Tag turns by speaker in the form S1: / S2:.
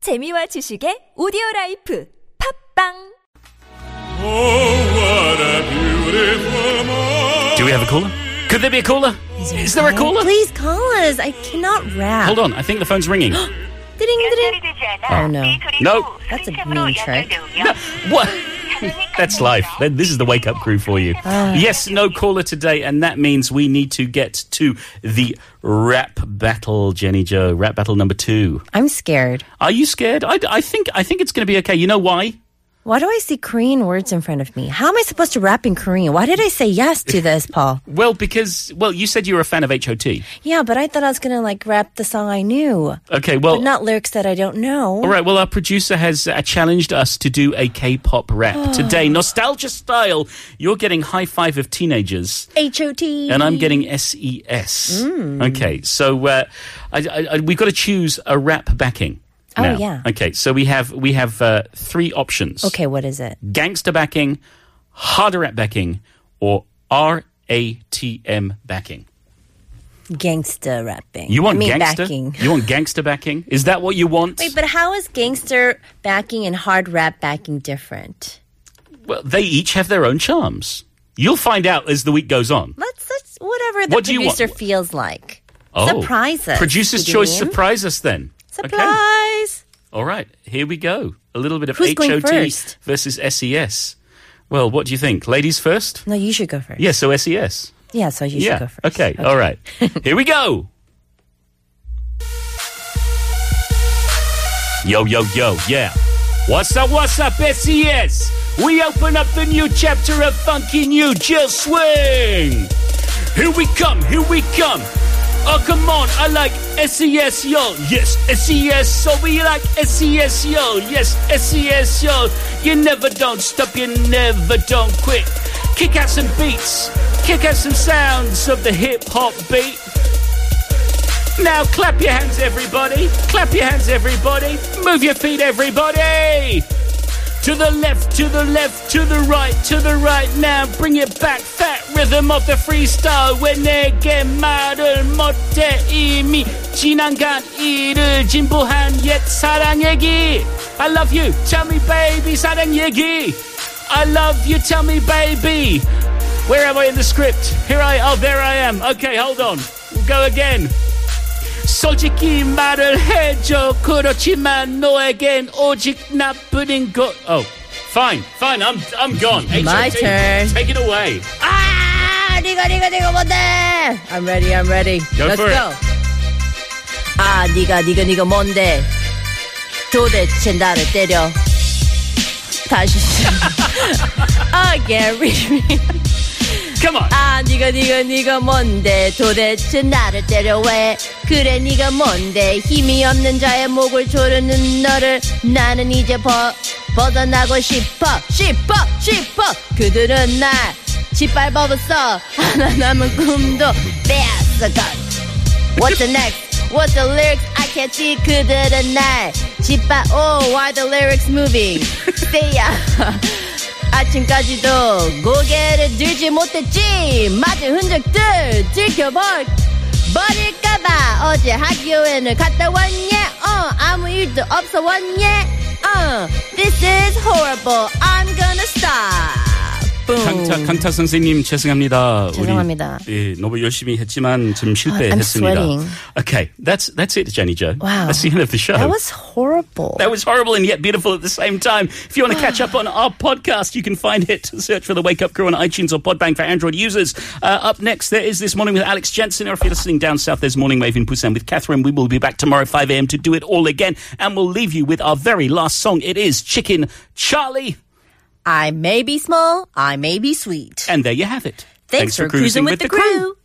S1: 재미와 지식의 오디오 라이프 팝빵
S2: Do we have a caller? Could there be a caller? Is there a caller?
S3: Please call us. I cannot rap.
S2: Hold on, I think the phone's ringing.
S3: Ding, ding. Oh, no.
S2: No.
S3: That's a mean trick.
S2: what? That's life. That- This is the wake up crew for you. Yes, no caller today, and that means we need to get to the rap battle, Jenny Joe. Rap battle number two.
S3: I'm scared.
S2: Are you scared? I, I think I think it's going to be okay. You know why?
S3: Why do I see Korean words in front of me? How am I supposed to rap in Korean? Why did I say yes to this, Paul?
S2: Well, because well, you said you were a fan of HOT.
S3: Yeah, but I thought I was going to like rap the song I knew,
S2: Okay, well,
S3: but not lyrics that I don't know.
S2: Oh. All right, well, our producer has uh, challenged us to do a K pop rap
S3: Oh.
S2: today. Nostalgia style. You're getting high five of teenagers,
S3: H-O-T.
S2: and I'm getting SES.
S3: Mm.
S2: Okay, so uh, I, I, I, we've got to choose a rap backing.
S3: Oh,
S2: now.
S3: yeah.
S2: Okay, so we have we have uh, three options
S3: Okay, what is it?
S2: gangster backing, harder rap backing, or RATM backing.
S3: Gangsta rapping.
S2: You
S3: I
S2: want
S3: mean,
S2: gangster?
S3: backing.
S2: You want gangster backing? Is that what you want?
S3: Wait, but how is gangster backing and hard rap backing different?
S2: Well, they each have their own charms. You'll find out as the week goes on.
S3: Let's, let's whatever the
S2: What do you want?
S3: producer feels like. Surprise us.
S2: Oh. Producer's
S3: you
S2: choice
S3: mean?
S2: surprise us then. Okay.
S3: Surprise.
S2: All right, here we go. A little bit of
S3: Who's going
S2: HOT
S3: first?
S2: versus SES. Well, what do you think? Ladies first?
S3: No, you should go first.
S2: Yeah, so SES.
S3: Yeah, so you should
S2: yeah.
S3: go first.
S2: Okay. all right. here we go. Yo, yo, yo, yeah. What's up, what's up, SES? We open up the new chapter of Funky New Jill Swing. Here we come, here we come. Oh, come on, I like SES, yo. Yes, SES, so we like SES, yo. Yes, SES, yo. You never don't stop, you never don't quit. Kick out some beats, kick out some sounds of the hip hop beat. Now clap your hands, everybody. Clap your hands, everybody. Move your feet, everybody. To the left, to the left, to the right, to the right now. Bring it back, fat rhythm of the freestyle. When 내게 말을 못해 이미 지난 간 일을 진보한 옛 사랑 얘기. I love you, tell me baby, 사랑 얘기. I love you, tell me baby. Where am I in the script? Here I, oh, there I am. Okay, hold on. We'll go again. 솔직히 말을 해줘 그렇지만 너에겐 오직 나뿐인 것 Oh, fine, fine, I'm, I'm gone
S3: My
S2: HOT,
S3: turn.
S2: Take it away
S3: Ah, 네가 네가 네가 뭔데? I'm ready, I'm ready.
S2: Go
S3: Let's
S2: for it.
S3: go. Ah, 아, 네가 네가 네가 뭔데? 도대체 나를 때려. 다시. 시작. 아, Ah, Gary.
S2: Come on
S3: 아, 네가 네가 네가 뭔데? 도대체 나를 때려 왜? 그래 네가 뭔데? 힘이 없는 자의 목을 조르는 너를 나는 이제 벗 벗어나고 싶어 싶어 싶어 그들은 날 짓밟아봤어 하나 남은 꿈도 빼앗아가 What's the next? What's the lyrics? I can't see 그들은 날 짓바 Oh, why the lyrics moving? Stay야 아침까지도 고개를 들지 못했지 맞은 흔적들 들켜볼 버릴까봐 어제 학교에는 갔다 왔냐 어 아무 일도 없어 왔냐 어 This is horrible I'm gonna stop Boom.
S2: 강타, 강타 선생님 죄송합니다
S3: 죄송합니다. Oh,
S2: 우리, 예, 너무 열심히 했지만 좀
S3: I'm
S2: 실패했습니다
S3: sweating.
S2: Okay, that's, that's it Jenny Jo
S3: Wow.
S2: That's the end of the show
S3: That was horrible
S2: That was horrible and yet beautiful at the same time. If you want to catch up on our podcast, you can find it. Search for the Wake Up Crew on iTunes or Podbang for Android users. Uh, up next, there is This Morning with Alex Jensen. Or if you're listening down south, there's Morning Wave in Busan with Catherine. We will be back tomorrow 5 a.m. to do it all again. And we'll leave you with our very last song. It is Chicken Charlie.
S3: I may be small I may be sweet
S2: And there you have it.
S3: Thanks, for, cruising, with, the crew.